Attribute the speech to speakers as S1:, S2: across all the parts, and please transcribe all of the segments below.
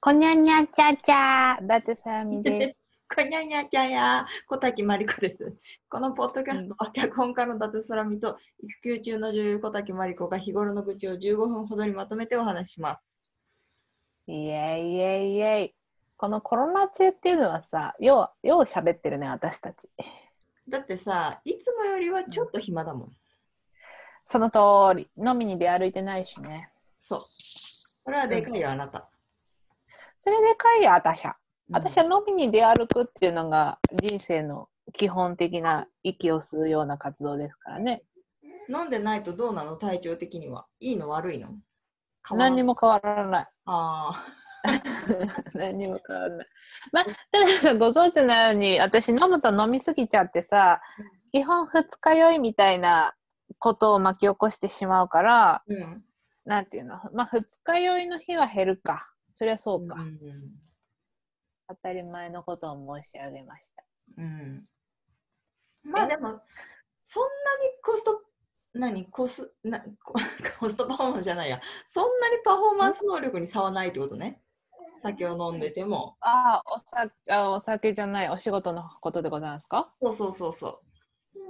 S1: こにゃにゃちゃちゃだってさやみです
S2: こにゃにゃちゃや、小滝まりこです。このポッドキャストは脚本家の伊達空美と育休中の女優小滝まりこが日頃の愚痴を15分ほどにまとめてお話しします。
S1: イエイイエイイエイこのコロナ中っていうのはさようよう喋ってるね私たち
S2: だってさ、いつもよりはちょっと暇だもん。
S1: その通り飲みに出歩いてないしね
S2: そう。それはでかいよ、あなた。
S1: それでかいよ私は私は
S2: は
S1: 飲みに出歩くっていうのが人生の基本的な息を吸うような活動ですからね
S2: 飲んでないとどうなの体調的には。いいの悪いの変わらん
S1: 何にも変わらない
S2: あ
S1: 何にも変わらない。まあ、たださ、ご存知のように、私飲むと飲みすぎちゃってさ、基本二日酔いみたいなことを巻き起こしてしまうから、
S2: ーうん。
S1: なんていうの、まあ、二日酔いの日は減るか。そりゃそううか。
S2: ん。
S1: 当たり前のことを申し上げました。
S2: うん。まあでも、そんなにコスト、何、コス、なコ コストパフォーマンスじゃないや、そんなにパフォーマンス能力に差はないってことね。酒を飲んでても。
S1: ああ、お酒あ、お酒じゃない、お仕事のことでございますか
S2: そうそうそうそ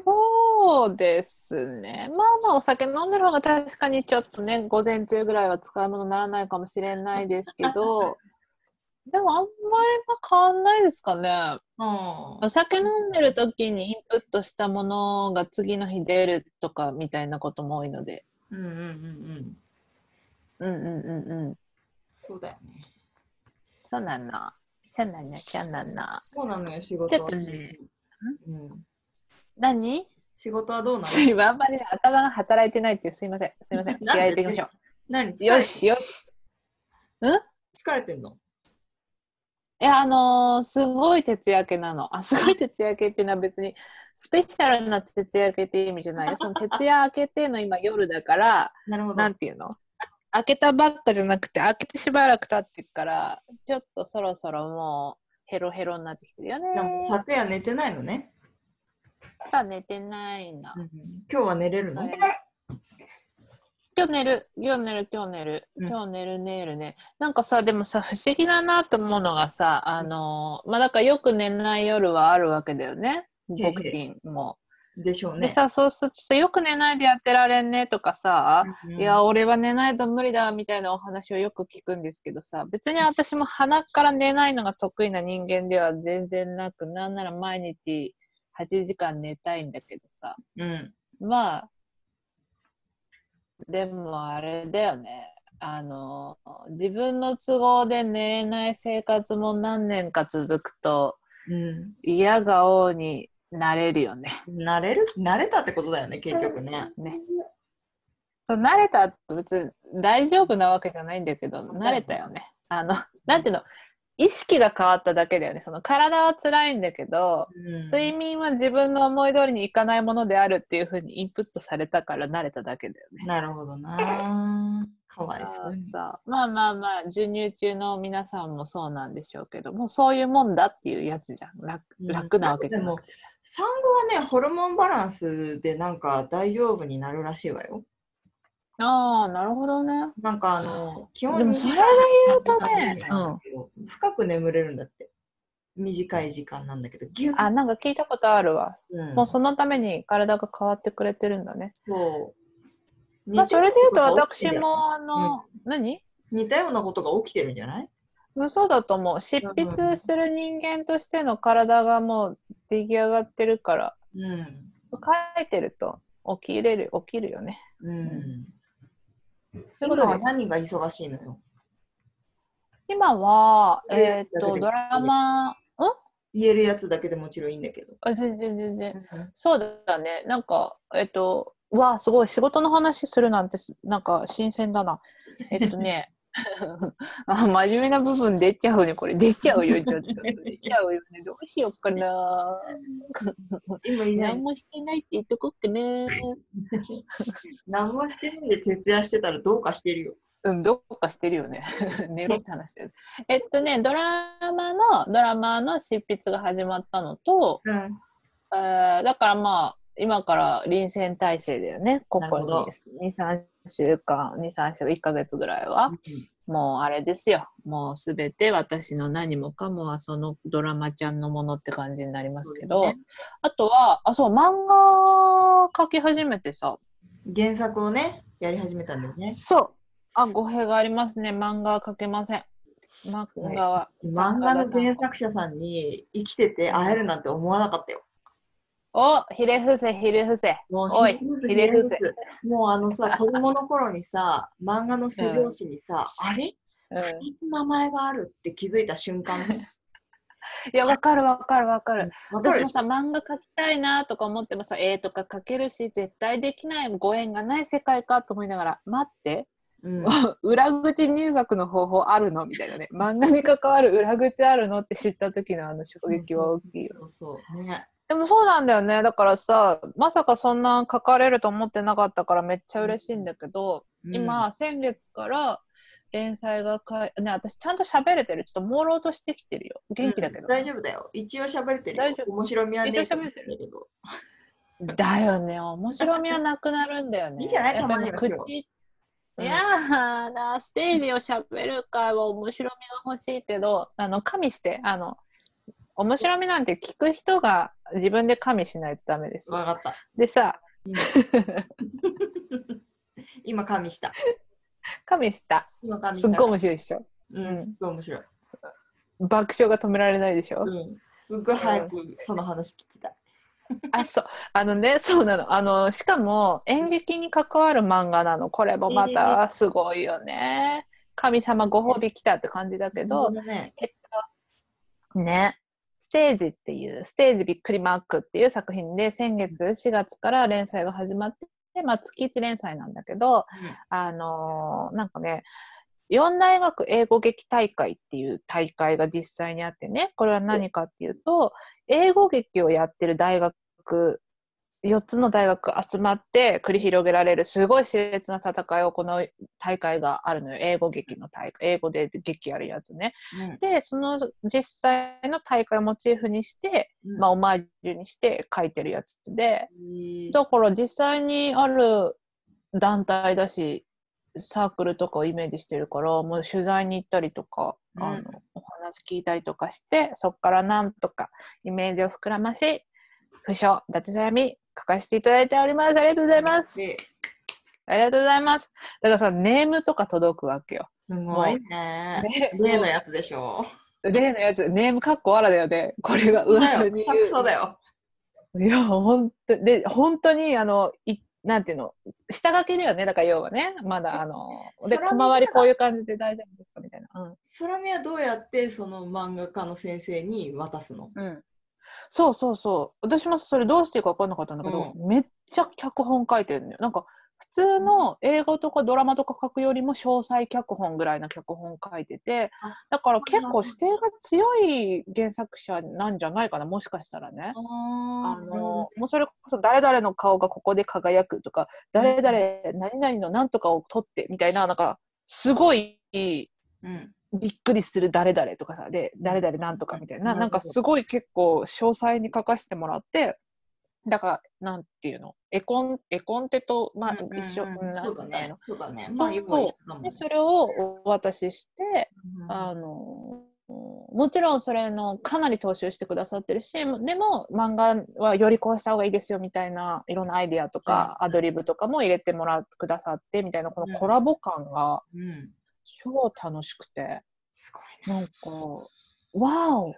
S1: そうですね。まあまあ、お酒飲んでる方が確かにちょっとね、午前中ぐらいは使い物にならないかもしれないですけど、 でもあんまり変わんないですかね。
S2: う。うん
S1: お。酒飲んでる時にインプットしたものが次の日出るとかみたいなことも多いので。
S2: うんうんうんうん。
S1: うんうんうんうん。
S2: そうだよね。
S1: そうなんな。ちゃなんな、ちゃなんな。
S2: そうなのよ、仕
S1: ち
S2: 事
S1: ょっ
S2: は。
S1: とね
S2: うん、
S1: 何
S2: 仕事はどうなの
S1: 今あんまり頭が働いてないっていう、すいません。すいません。気合い入れていきま しょ
S2: 何疲
S1: う。
S2: れ
S1: よしよし。
S2: 疲れてんの
S1: いや、あのーすごい徹夜明けなの。あ、すごい徹夜明けっていうのは別にスペシャルな徹夜明けっていう意味じゃないよ。その徹夜明けての今夜だから、
S2: なるほど
S1: な。んていうの明けたばっかじゃなくて、明けてしばらく経ってっから、ちょっとそろそろもうヘロヘロになってきてるよね
S2: で。も昨夜寝てないのね。
S1: さあ寝てないな。
S2: うん今日は寝れるの、
S1: はい今日寝る、今日寝る、今日寝る、
S2: うん
S1: 今日寝る、寝るね。なんかさ、でもさ、不思議だなと思うのがさ、あのーまあ、だからよく寝ない夜はあるわけだよね。
S2: ええ
S1: 僕ちんも。
S2: でしょう
S1: で
S2: ね。
S1: さそうするとさよく寝ないでやってられんねとかさ、
S2: うん
S1: いや俺は寝ないと無理だみたいなお話をよく聞くんですけどさ別に私も鼻から寝ないのが得意な人間では全然なくなんなら毎日8時間寝たいんだけどさ
S2: うん、
S1: まあでもあれだよねあの自分の都合で寝れない生活も何年か続くと
S2: うん
S1: 嫌が王になれるよね。
S2: 慣れる慣れたってことだよね結局ね。
S1: ね。そう慣れたと別に大丈夫なわけじゃないんだけど慣れたよね。あの なんていうの意識が変わっただけだよね。その体は辛いんだけど
S2: うん
S1: 睡眠は自分の思い通りにいかないものであるっていうふうにインプットされたから慣れただけだよね。
S2: なるほどな。かわいそ
S1: そうう
S2: に。
S1: そうまあまあまあ授乳中の皆さんもそうなんでしょうけどもうそういうもんだっていうやつじゃん楽
S2: うん
S1: 楽なわけじゃなくてさ
S2: 産後はねホルモンバランスでなんか大丈夫になるらしいわよ。
S1: ああなるほどね。
S2: なんかあの基本
S1: でも
S2: に
S1: それで言うとね、うん、
S2: 深く眠れるんだって短い時間なんだけどギュ
S1: あ
S2: ッ、
S1: なんか聞いたことあるわ。
S2: うん、
S1: もうそのために体が変わってくれてるんだね。
S2: そう
S1: まあ、それで言うと私
S2: も
S1: もあの、何
S2: 似たようなことが起きてるんじゃない
S1: うんそうだと思う。執筆する人間としての体がもう出来上がってるから、
S2: うん
S1: 書いてると起きれる、起きるよね。
S2: うん。
S1: うことです
S2: 今は何が忙しいのよ
S1: 今は、
S2: え
S1: えーっと、ドラマ、ん
S2: 言えるやつだけでもちろんいいんだけど。
S1: あ全然全然。そうだね。なんか、えっと、うわあ、すごい、仕事の話するなんてす、なんか新鮮だな。えっと ね、あ真面目な部分出ちゃうね、これ。出ちゃうよ、ちょっと。出ちゃうよね。どうしようかな。
S2: 今いな
S1: 何
S2: い。
S1: もしてないって言っとこっけね。
S2: 何もしてないで徹夜してたらどうかしてるよ。
S1: うん、どうかしてるよね。 寝ろって話だよね。えっとね、ドラマの、ドラマの執筆が始まったのと、
S2: うん。
S1: えーだからまあ、今から臨戦態勢だよね、ここ
S2: なるほ
S1: に2、3週間、2、3週、1ヶ月ぐらいは。もうあれですよ、もうすべて私の何もかもはそのドラマちゃんのものって感じになりますけど、
S2: そうですね
S1: あとは、あ、そう、漫画描き始めてさ、
S2: 原作をね、やり始めたんだよね。
S1: そう、あ、語弊がありますね、漫画は描けません。漫画は、
S2: 漫画の原作者さんに生きてて会えるなんて思わなかったよ。
S1: お、ひれ伏せ、ひれ伏せ。
S2: もう
S1: おい
S2: ひれ伏せ
S1: ひれ伏せ
S2: ひれ伏せもうあ のさ、子供の頃にさ、漫画の背表紙にさ、あれ
S1: うん
S2: 二つ名前があるって気づいた 瞬間。
S1: いや、わかるわかるわかる。
S2: わか
S1: 私
S2: る
S1: もさ、漫画描きたいなとか思ってもさ、絵とか描けるし、絶対できない、ご縁がない世界かと思いながら、待って、
S2: うん
S1: 裏口入学の方法あるのみたいな ね漫画に関わる裏口あるのって知った時のあの衝撃は大きいよ
S2: そうそう。ね。
S1: でもそうなんだよねだからさまさかそんな書かれると思ってなかったからめっちゃ嬉しいんだけど、今先月から連載がかいね私ちゃんと喋れてるちょっと朦朧としてきてるよ元気だけど、
S2: うん大丈夫だよ。一応喋れてるよ。
S1: 大丈夫
S2: 面白みはね。
S1: 一応喋れてる
S2: けど。
S1: だよね面白みはなくなるんだよね
S2: いいじゃない
S1: やっぱり
S2: たまには
S1: 口い
S2: うん
S1: やーなステージをしゃべる会は面白みが欲しいけどあの加味してあの面白みなんて聞く人が自分で加味しないとダメです
S2: わかった。
S1: でさ
S2: うん今、加味した。
S1: 加味した
S2: 今、加味し
S1: す
S2: た。
S1: っごい面白いでしょ
S2: うん、すっごい面白い。
S1: 爆笑が止められないでしょ、
S2: うん。すっごい早くその話聞きたい。
S1: あそうあのねそうなのあのしかも演劇に関わる漫画なのこれもまたすごいよね神様ご褒美来たって感じだけど、
S2: 本当だね、
S1: えっと、ね、ステージっていう、ステージびっくりマークっていう作品で、先月4月から連載が始まって、まあ、月1連載なんだけど、あのーなんかね、四大学英語劇大会っていう大会が実際にあってね、これは何かっていうと、英語劇をやってる大学、4つの大学集まって繰り広げられるすごい熾烈な戦いをこの大会があるのよ。英語劇の大会、英語で劇やるやつね。
S2: うん
S1: でその実際の大会をモチーフにして、
S2: うん
S1: まあ、オマージュにして書いてるやつで
S2: うん
S1: だから実際にある団体だしサークルとかをイメージしてるからもう取材に行ったりとか、あ
S2: う
S1: の
S2: ん
S1: お話聞いたりとかしてそこからなんとかイメージを膨らまし不詳伊達空み書かせていただいておりますありがとうございます
S2: で
S1: ありがとうございますだからさネームとか届くわけよ。
S2: すごいね。
S1: ね
S2: 例のやつでしょ。
S1: 例のやつ、ネームかっこあらだよね。これが噂に
S2: サ
S1: 言
S2: クソだ
S1: う。
S2: よ。
S1: いや、本当で、本当に、あの、いなんていうの、下書きだよね、だから要はね、まだ、あの、で、
S2: それは
S1: 小
S2: みんなが
S1: 回りこういう感じで大丈夫ですかみたいな。うん
S2: 空見はどうやってその漫画家の先生に渡すの
S1: うん、そうそうそう私もそれどうしていいか分かんなかったんだけど、めっちゃ脚本書いてるのよなんか普通の映画とかドラマとか書くよりも詳細脚本ぐらいの脚本書いてて
S2: あ
S1: だから結構指定が強い原作者なんじゃないかなもしかしたらね。あ
S2: あ
S1: のもうそれこそ誰々の顔がここで輝くとか誰々何々のなんとかを取ってみたいななんかすごい
S2: うん。
S1: びっくりする誰々とかさで誰々なんとかみたいな
S2: うん
S1: なんかすごい結構詳細に書かせてもらってだからなんていうの絵コン絵コンテと、まあ
S2: うんうんうん
S1: 一緒うんな
S2: そ
S1: ん
S2: う
S1: つっ
S2: だ
S1: たらいい
S2: ね
S1: の。
S2: そうだね。まあ、
S1: そう
S2: 今は一緒だもん
S1: で
S2: ね。
S1: それをお渡しして、
S2: うん
S1: あのもちろんそれのかなり踏襲してくださってるしでも漫画はよりこうした方がいいですよみたいないろんなアイディアとか、アドリブとかも入れてもらってくださってみたいなこのコラボ感が
S2: うん。
S1: 超楽しくて。
S2: すごいね。
S1: なんか、わお、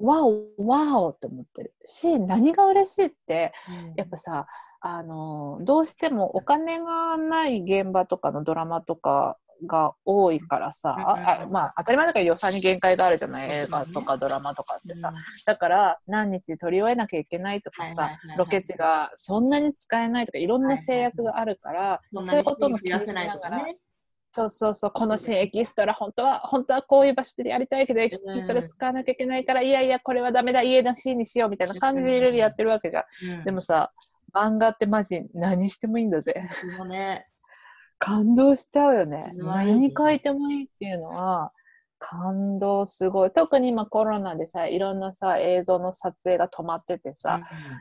S1: わお、わおって思ってるし、何が嬉しいって、やっぱさ、あのどうしてもお金がない現場とかのドラマとかが多いからさ、ああまあ当たり前だから予算に限界があるじゃない映画とかドラマとかってさ、だから何日で撮り終えなきゃいけないとかさ、ロケ地がそんなに使えないとかいろんな制約があるから、そういうことも気にしながら、そうそうそう、このシーンエキストラ、本当は、本当はこういう場所でやりたいけど、エキストラ使わなきゃいけないから、いやいや、これはダメだ、家のシーンにしようみたいな感じでいろいろやってるわけじゃん。でもさ、漫画ってマジ何してもいいんだぜ。
S2: でもね、
S1: 感動しちゃうよね。
S2: すごいね
S1: 何書いてもいいっていうのは、感動すごい。特に今コロナでさ、いろんなさ、映像の撮影が止まっててさ、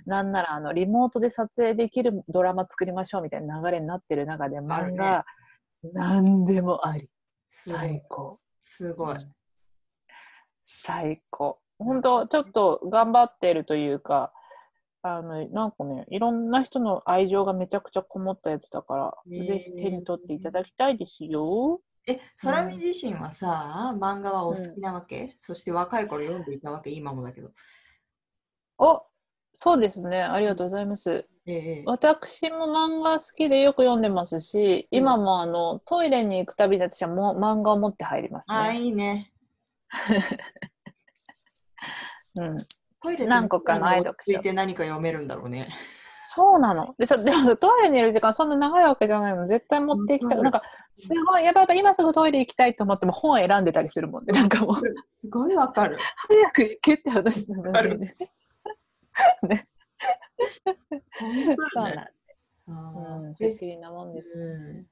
S1: なんならあのリモートで撮影できるドラマ作りましょうみたいな流れになってる中で
S2: ある
S1: 漫
S2: ね
S1: 画、何でもあり
S2: すごい
S1: 最。高
S2: すごい。
S1: 最高本当ちょっと頑張ってるというかあのなんかねいろんな人の愛情がめちゃくちゃこもったやつだから、
S2: へー
S1: ぜひ手に取っていただきたいですよ
S2: え、空見自身はさ、漫画はお好きなわけ、そして若い頃読んでいたわけ、今もだけど。
S1: おそうですねありがとうございます
S2: ええ
S1: 私も漫画好きでよく読んでますし
S2: うん
S1: 今もあのトイレに行くたびに私はもう漫画を持って入ります
S2: ああ、
S1: ね、
S2: いいね。
S1: うん、
S2: トイレで
S1: 何個かの愛読
S2: ついて何か読めるんだろうね。
S1: そう なの。でさ、でもトイレにいる時間そんな長いわけじゃないの。絶対持っていきた
S2: う
S1: く、
S2: ん
S1: なんか、すごい、やばいやばい、今すぐトイレ行きたいと思っても本選んでたりするもんで、なんかもう、
S2: すごいわかる。
S1: 早く行けって話なのにね。
S2: 本
S1: そう
S2: 当
S1: な
S2: だ
S1: ん
S2: ね
S1: う
S2: あ
S1: ん、
S2: ー
S1: 不思議なもんです。
S2: うん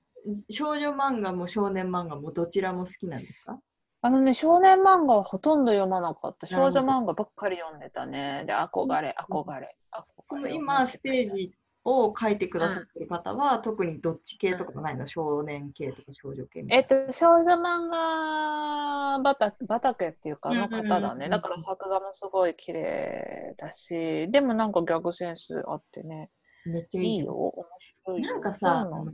S2: 少女漫画も少年漫画もどちらも好きなんですか
S1: あのね、少年漫画はほとんど読まなかった。
S2: なる
S1: 少
S2: ほど
S1: 女漫画ばっかり読んでたね。で、憧れ、
S2: うん
S1: 憧れ、
S2: そ
S1: 憧
S2: の
S1: れ。
S2: 今、ステー。ジを書いてくださってる方は、特にどっち系とかもないの少年系とか少女系みた
S1: え
S2: い
S1: っと、少女漫画畑畑っていうか、あの方
S2: うんうん
S1: だ
S2: うんう
S1: ね。
S2: ん
S1: だから作画もすごい綺麗だし、でもなんかギャグセンスあってね。
S2: な。めっちゃいい
S1: いい
S2: じゃん
S1: よ、面白いよ。
S2: なんか
S1: そうな
S2: さ、あ
S1: の
S2: の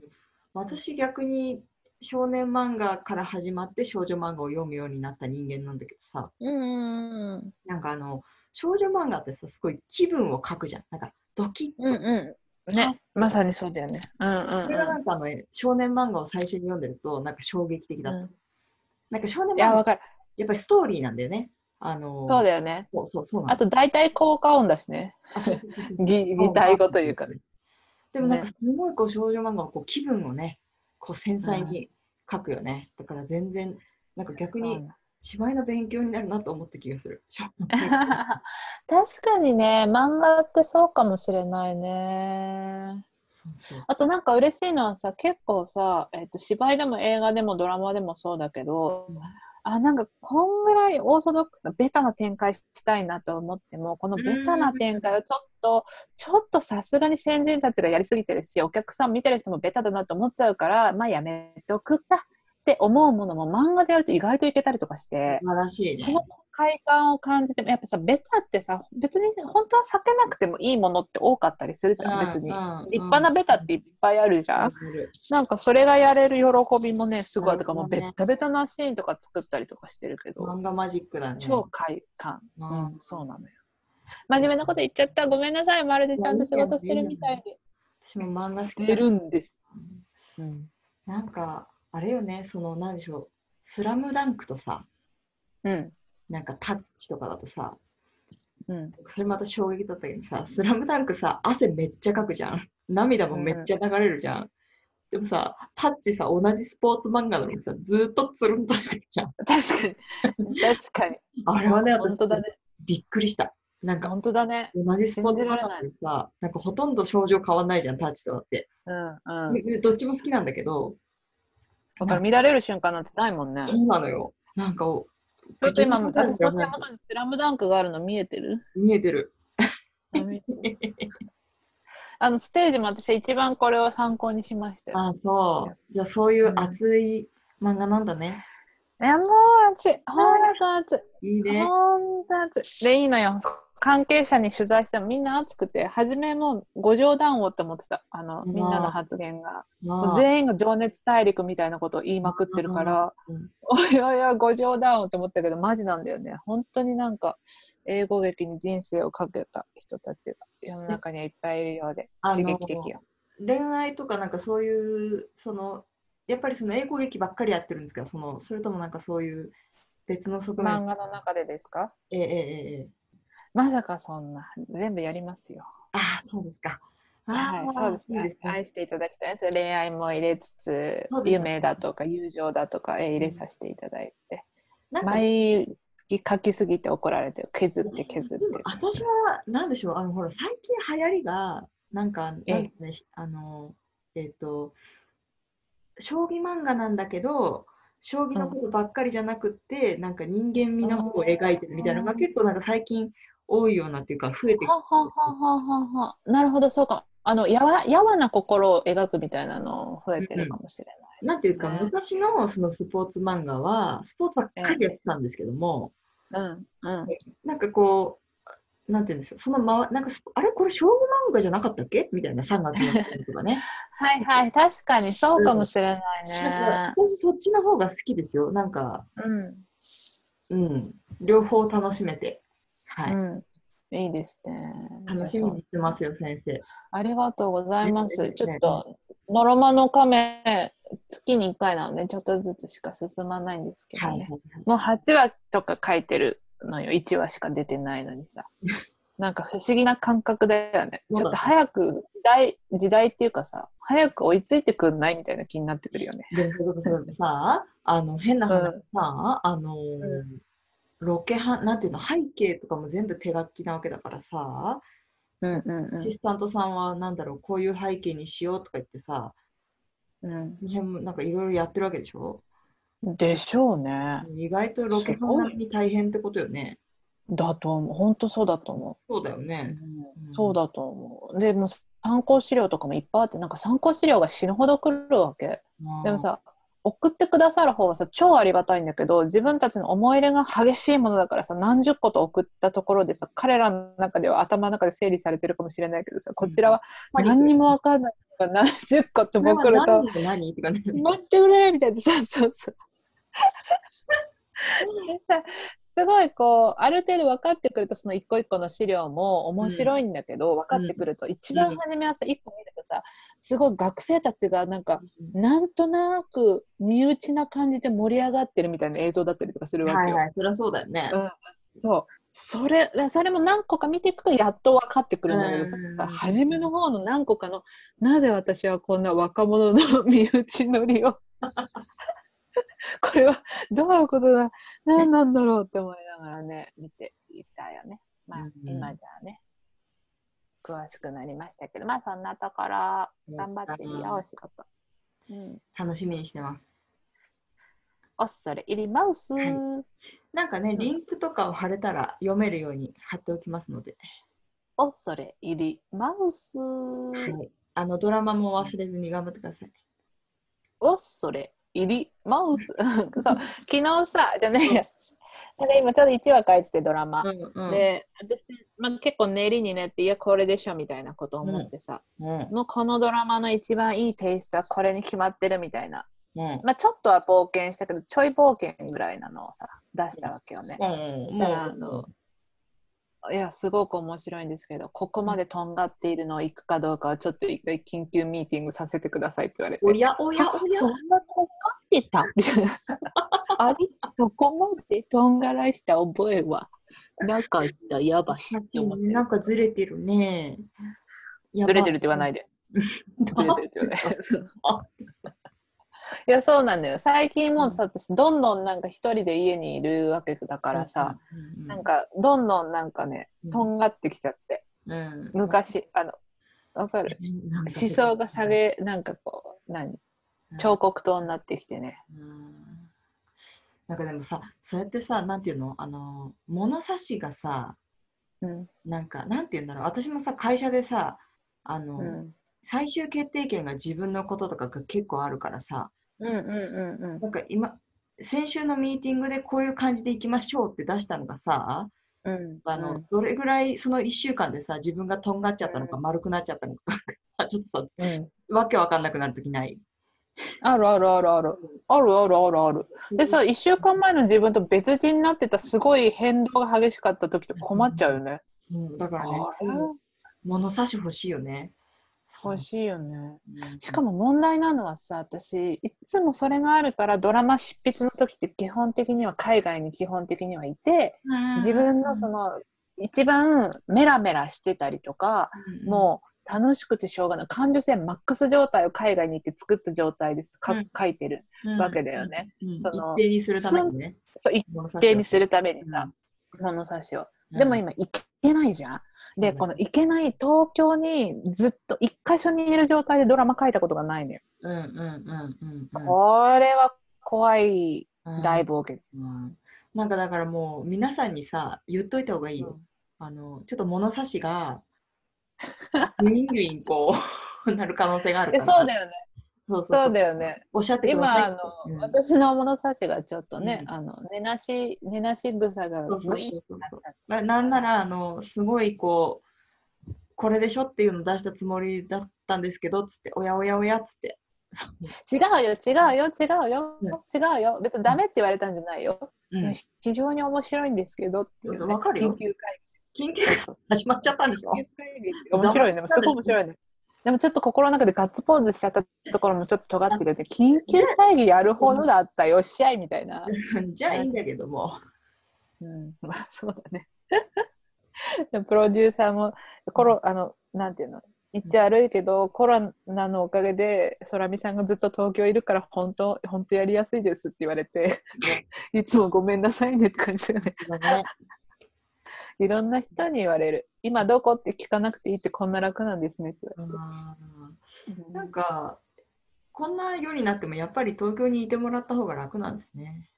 S2: 私逆に少年漫画から始まって少女漫画を読むようになった人間なんだけどさ、
S1: うんうんうん
S2: なんかあの、少女漫画ってさ、すごい気分を書くじゃん。なんかドキッと。
S1: うんうん。ね、まさにそうだよね。うんうん
S2: それがなんかあの、少年漫画を最初に読んでると、なんか衝撃的だった。
S1: うん。
S2: なんか少年
S1: い
S2: 漫
S1: や、
S2: 画
S1: わかる。
S2: やっぱりストーリーなんだよね。あの
S1: そうだよね。
S2: そうそうそうな
S1: あ
S2: んだ
S1: と、大体効果音だしね。
S2: あそう
S1: 擬擬態語というかね。。
S2: でもなんか
S1: ね
S2: すごいこう少女漫画はこう気分をね、こう繊細に書くよね。だから全然、なんか逆
S1: そう
S2: に
S1: なの
S2: 芝居の勉強になるなと思った気が する。少女
S1: 確かにね、漫画ってそうかもしれないね。
S2: そう
S1: あとなんか嬉しいのはさ、結構さ、えっと芝居でも映画でもドラマでもそうだけど、あなんかこんぐらいオーソドックスなベタな展開したいなと思ってもこのベタな展開をちょっとちょっとさすがに先人たちがやりすぎてるしお客さん見てる人もベタだなと思っちゃうからまあやめとくかって思うものも漫画でやると意外といけたりとかして
S2: 素晴らしい
S1: そ
S2: ね
S1: の。快感を感じてもやっぱさベタってさ別に本当は避けなくてもいいものって多かったりするじゃん別に立派なベタっていっぱいあるじゃんなんかそれがやれる喜びもねすごい
S2: な
S1: と
S2: る
S1: か
S2: ほど
S1: も
S2: ね
S1: うベッタベタなシーンとか作ったりとかしてるけど、
S2: 漫画マジックだね。
S1: 超快感、
S2: う
S1: うんん、そうなのよ真面目なこと言っちゃったごめんなさいまるでちゃんと仕事してるみたいで
S2: 私も漫画好き
S1: 出
S2: だ
S1: るんです、うん
S2: なんか、あれよね、その、なんでしょう、スラムダンクとさ、
S1: うん
S2: なんかタッチとかだとさ、
S1: うん、
S2: それまた衝撃だったけどさ、スラムダンクさ、汗めっちゃかくじゃん。涙もめっちゃ流れるじゃん。でもさ、タッチさ、同じスポーツ漫画なのにさ、ずーっとつるんとしてるじゃん。
S1: 確かに確か に
S2: あれはね、
S1: 本
S2: 私、
S1: 当だね
S2: びっくりした。なんか、
S1: 本当だね
S2: 同じスポーツ
S1: 信じら
S2: 漫画な
S1: れ
S2: の
S1: な
S2: にさ、なんかほとんど症状変わんないじゃん、タッチとだって。
S1: うんうん
S2: どっちも好きなんだけど、
S1: だから見られる瞬間なんてないもんね
S2: そうなのよ。なんか、お
S1: ちょっと今も私の手元にスラムダンクがあるの見えてる
S2: 見えてる。
S1: あ見えてるあのステージも私一番これを参考にしましたよ
S2: あそう。じゃあそういう熱い漫画なんだね。
S1: いやもう暑い。ほんと暑
S2: いい
S1: い。
S2: ね。
S1: ほんと暑い。で、いいのよ。関係者に取材してもみんな暑くて、初めもうご冗談をって思ってた。あの、
S2: うん
S1: みんなの発言が。
S2: ま
S1: もう全員が情熱大陸みたいなことを言いまくってるから
S2: うん、
S1: おいおいおい、ご冗談をって思ったけど、マジなんだよね。本当になんか、英語劇に人生をかけた人たちが世の中にはいっぱいいるようで、
S2: あの
S1: 刺激的よ。
S2: 恋愛とかなんかそういう、その、やっぱりその英語劇ばっかりやってるんですけど、その、それともなんかそういう別の側
S1: 漫
S2: 面。
S1: 画の中でですか
S2: ええええええ。
S1: まさかそんな、全部やりますよ。
S2: ああ、そうですか。あ
S1: はい、
S2: ー
S1: そうです
S2: いい
S1: ね。愛していただきたいやつ、恋愛も入れつつ
S2: そう、ですね
S1: 夢だとか友情だとか、えー入れさせていただいて、
S2: なんか
S1: 毎月書きすぎて怒られてる、削って削っ
S2: でも
S1: て。
S2: 私は、なんでしょう、あの、ほら、最近流行りが、なんか、なん
S1: ええ
S2: かね、あの、えっ、と、将棋漫画なんだけど、将棋のことばっかりじゃなくって、なんか人間味の方を描いてるみたいなのが
S1: うん
S2: 結構なんか最近多いようなっていうか増えてきて
S1: ははははははなるほど、そうか。あの、やわ、やわな心を描くみたいなの増えてるかもしれない。
S2: なんていうか、
S1: ね
S2: 昔のそのスポーツ漫画は、スポーツばっかりやってたんですけども、
S1: うん、うん。
S2: なんかこう、なんていうんでしょう、そのまわ、なんかスポ、あれこれ将棋漫画じゃなかったっけみたいな3月のやつとかね。
S1: はいはい、確かにそうかもしれない
S2: なん
S1: ね
S2: か。私そっちの方が好きですよ。なんか、
S1: うん、
S2: うん、両方楽しめて。はい。
S1: うん。いいですね。
S2: 楽しみにしてますよ、先生。
S1: ありがとうございます。
S2: ね
S1: ちょっと、ノロマの亀、月に1回なので、ちょっとずつしか進まないんですけどね。
S2: はい。
S1: もう8話とか書いてるのよ。1話しか出てないのに さ。なんか不思議な感覚だよね。
S2: そ
S1: ち
S2: うだね
S1: ょっと早く時代、時代っていうかさ、早く追いついてくんないみたいな気になってくるよね。
S2: でもそういうことそういうことさ、あの、変な話
S1: う
S2: さ、あのー
S1: う
S2: ロケは、なんていうの、背景とかも全部手書きなわけだからさ、
S1: う
S2: うんん
S1: うん
S2: アシスタントさんはなんだろう、こういう背景にしようとか言ってさ、
S1: うん。
S2: この辺もなんかいろいろやってるわけでしょ
S1: でしょうね。
S2: 意外とロケハン並みに大変ってことよね。
S1: だと思う。本当そうだと思
S2: そうだよ
S1: う。
S2: ね。
S1: うんそうだと思う。でもう参考資料とかもいっぱいあって、なんか参考資料が死ぬほど来るわけ。
S2: うん
S1: でも、さ、送ってくださる方はさ、超ありがたいんだけど、自分たちの思い入れが激しいものだからさ、何十個と送ったところでさ、彼らの中では頭の中で整理されてるかもしれないけどさ、こちらは
S2: パニック
S1: 何にもわかんないから何十個と
S2: これ
S1: 送る
S2: は
S1: と
S2: 何、と何ってかね。
S1: 待ってくれみたいな、そうそうそう。でさすごいこうある程度分かってくるとその一個一個の資料も面白いんだけど、分かってくると一番初めはさ一個見るとさすごい学生たちがなんかなんとなく身内な感じで盛り上がってるみたいな映像だったりとかするわ
S2: は
S1: け
S2: い
S1: よ。
S2: はい、そりゃそうだよね。
S1: うんそうそれそれも何個か見ていくとやっと分かってくるんだけどさ
S2: うん
S1: 初めの方の何個かのなぜ私はこんな若者の身内乗り をこれはどういうことだ何なんだろうって思いながらね見ていたよね。まあ
S2: うん
S1: 今じゃあね詳しくなりましたけどまあそんなところ頑張ってるよお仕事。うん
S2: 楽しみにしてます。
S1: おっそれ入りマウス。
S2: はいなんかね
S1: ん、
S2: リンクとかを貼れたら読めるように貼っておきますので、
S1: おっそれ入りマウス。
S2: はいあのドラマも忘れずに頑張ってください。
S1: おっそれ入りマウス。 そう昨日さじゃない や。それ今ちょうど1話書いててドラマ。
S2: うんうん
S1: で私、まあ、結構練りに練っていやこれでしょみたいなこと思ってさ、
S2: うん
S1: もうこのドラマの一番いいテイストはこれに決まってるみたいな、
S2: うん
S1: まあ、ちょっとは冒険したけどちょい冒険ぐらいなのをさ出したわけよね。
S2: うんうん
S1: だ
S2: も
S1: からあ
S2: う
S1: のいやすごく面白いんですけどここまでとんがっているのを行くかどうかはちょっと一回緊急ミーティングさせてくださいって言われて
S2: おやおやおや
S1: そんなとんがってた みたいなあれそこまでとんがらした覚えはなかったやばしって思ってる
S2: なんかずれてるね。。
S1: ずれてるって言わないいでず
S2: ず
S1: れてるって言わないそう いやそうなんだよ最近もうさ私どんどんなんか一人で家にいるわけだからさ、なんかどんどんなんかねとんがってきちゃって
S2: うん、
S1: 昔あのわかる
S2: なんか
S1: 思想が下、げなんかこう何
S2: うん
S1: 彫刻刀になってきてね
S2: うんなんかでもさ、そうやってさ、なんていうの、あの、物差しがさ、
S1: うん
S2: なんか、なんていうんだろう、私もさ、会社でさ、あの、
S1: うん
S2: 最終決定権が自分のこととかが結構あるからさ、
S1: うんうんうんうん
S2: なんか今、先週のミーティングでこういう感じでいきましょうって出したのがさ、
S1: うん
S2: あの、どれぐらいその1週間でさ、自分がとんがっちゃったのか、丸くなっちゃったのか、 ちょっとさ、
S1: うん、
S2: わけわかんなくなるときない。
S1: あるあるあるあるあるあるあるあるでさ
S2: う
S1: 1週間前の自分と別人になってたすごい変動が激しかった時って困っちゃうよね。
S2: ん、だか
S1: あ
S2: ら
S1: れ
S2: ね、そういう物差し欲しいよね。
S1: 欲しいよね。
S2: うん
S1: しかも問題なのはさ私いつもそれがあるからドラマ執筆の時って基本的には海外に基本的にはいて自分のそ、の一番メラメラしてたりとか
S2: うん
S1: もう楽しくてしょうがない感受性マックス状態を海外に行って作った状態ですか
S2: うん
S1: 書いてる
S2: うん
S1: わけだよね。
S2: うん
S1: その
S2: 一定にするためにね。
S1: そう一
S2: 物差しを
S1: 定にするためにさ、物差しを。でも、今行けないじゃん。で、
S2: うん
S1: この行けない東京にずっと一箇所にいる状態でドラマ書いたことがないのよ。
S2: うんうんうんうんうんうん。
S1: これは怖い
S2: うん
S1: 大冒険です。
S2: うんなんかだからもう皆さんにさ言っといた方がいいよ、あのちょっと物差しがグイングインこう なる可能性がある
S1: え
S2: から
S1: そうだよね。
S2: そうそうそう
S1: そうだよね。
S2: おっしゃってください
S1: 今あの、
S2: うん
S1: 私の物差しがちょっとね、
S2: うん
S1: あの寝なし寝なし草が
S2: そうそう
S1: グイッ
S2: そ
S1: と
S2: う
S1: な
S2: そう
S1: った。
S2: ななんならあのすごいこうこれでしょっていうのを出したつもりだったんですけどつっておやおやおやつって
S1: 違うよ違うよ違うよ、違うよ別にダメって言われたんじゃないよ、
S2: うん
S1: いや非常に面白いんですけどっていうね、
S2: うんわかるよ
S1: 緊急会
S2: 緊急が始まっちゃったんでしょ
S1: 議緊急会議っていうか面白いねすごい面白いねでもちょっと心の中でガッツポーズしちゃったところもちょっと尖ってくれて緊急会議やるほどだったよっしゃいみたいな、
S2: じゃあいいんだけども
S1: うん、 まあそうだねでプロデューサーもコロあのなんていうの言っちゃ悪いけど、コロナのおかげで、空見さんがずっと東京いるから、本当、本当やりやすいですって言われて、 いつもごめんなさいねって感じだよ ね。いろんな人に言われる。今どこって聞かなくていいってこんな楽なんですねって言わ
S2: あ
S1: れる
S2: ーなんかこんな世になってもやっぱり東京にいてもらった方が楽なんですね、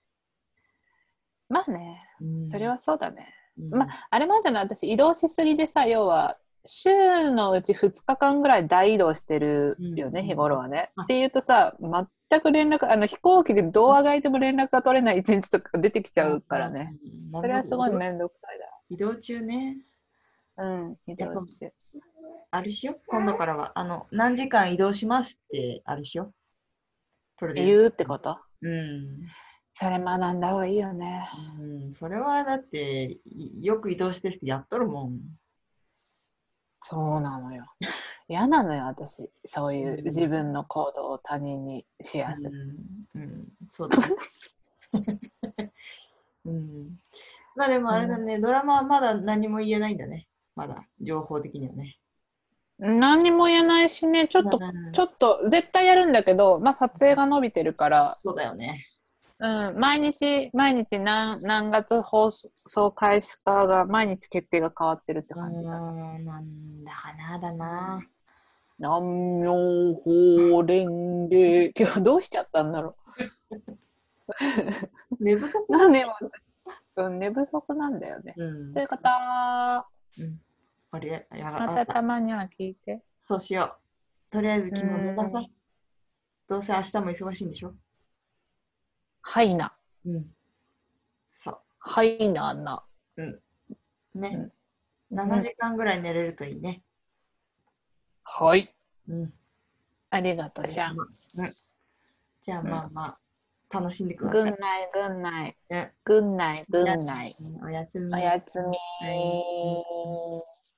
S1: まあね、
S2: うん
S1: それは、そうだね。
S2: うん
S1: まあれもあるじゃない、私移動しすぎでさ、要は、週のうち2日間ぐらい大移動してるよね、
S2: うん
S1: 日頃はね。
S2: あ
S1: っていうとさ、全く連絡、あの飛行機でどうあがいても連絡が取れない一日とか出てきちゃうからね。
S2: う
S1: そ
S2: ん
S1: れはすごい
S2: なる
S1: 面倒くさい
S2: ほど移動中ね
S1: だ。うん、移動して。
S2: あれしよう今度からはあの何時間移動しますってあれしようプロデュー
S1: 言うってこと
S2: うん
S1: それ学んだ方がいいよね。
S2: うん、それはだっていよく移動してる人やっとるもん。
S1: そうなのよ。嫌なのよ、私。そういう自分の行動を他人にシェアする。
S2: うん、うん、そ うだ、ね。うん。まあでもあれだね、ドラマはまだ何も言えないんだね。まだ情報的にはね。
S1: 何も言えないしね、ちょっと
S2: うん
S1: ちょっと絶対やるんだけど、まあ、撮影が伸びてるから、
S2: そうだよね。
S1: うん、毎日毎日何何月放送開始かが毎日決定が変わってるって
S2: う
S1: 感じだ。
S2: ん、なんだかなだな。
S1: 南明法連で 今日どうしちゃったんだろ
S2: 寝不足
S1: う。なんで、うん、寝不足なんだよね。
S2: うん
S1: という方、
S2: あれや
S1: ま
S2: が
S1: た
S2: った
S1: たまには聞いて。
S2: そうしよう。とりあえず決めなさい。どうせ明日も忙しいんでしょ。
S1: はいな、
S2: うん。そ
S1: はいなな。
S2: う。ね。
S1: うん
S2: 7時間ぐらい寝れるといいね。
S1: はい。
S2: うん。
S1: ありがとう、じゃん。
S2: じゃあまあまあ、楽しんでくだ
S1: ぐん
S2: さ
S1: ないい、。ぐんない、
S2: ね
S1: ぐんない、ぐんない。
S2: おやすみ。
S1: おやすみ
S2: はい。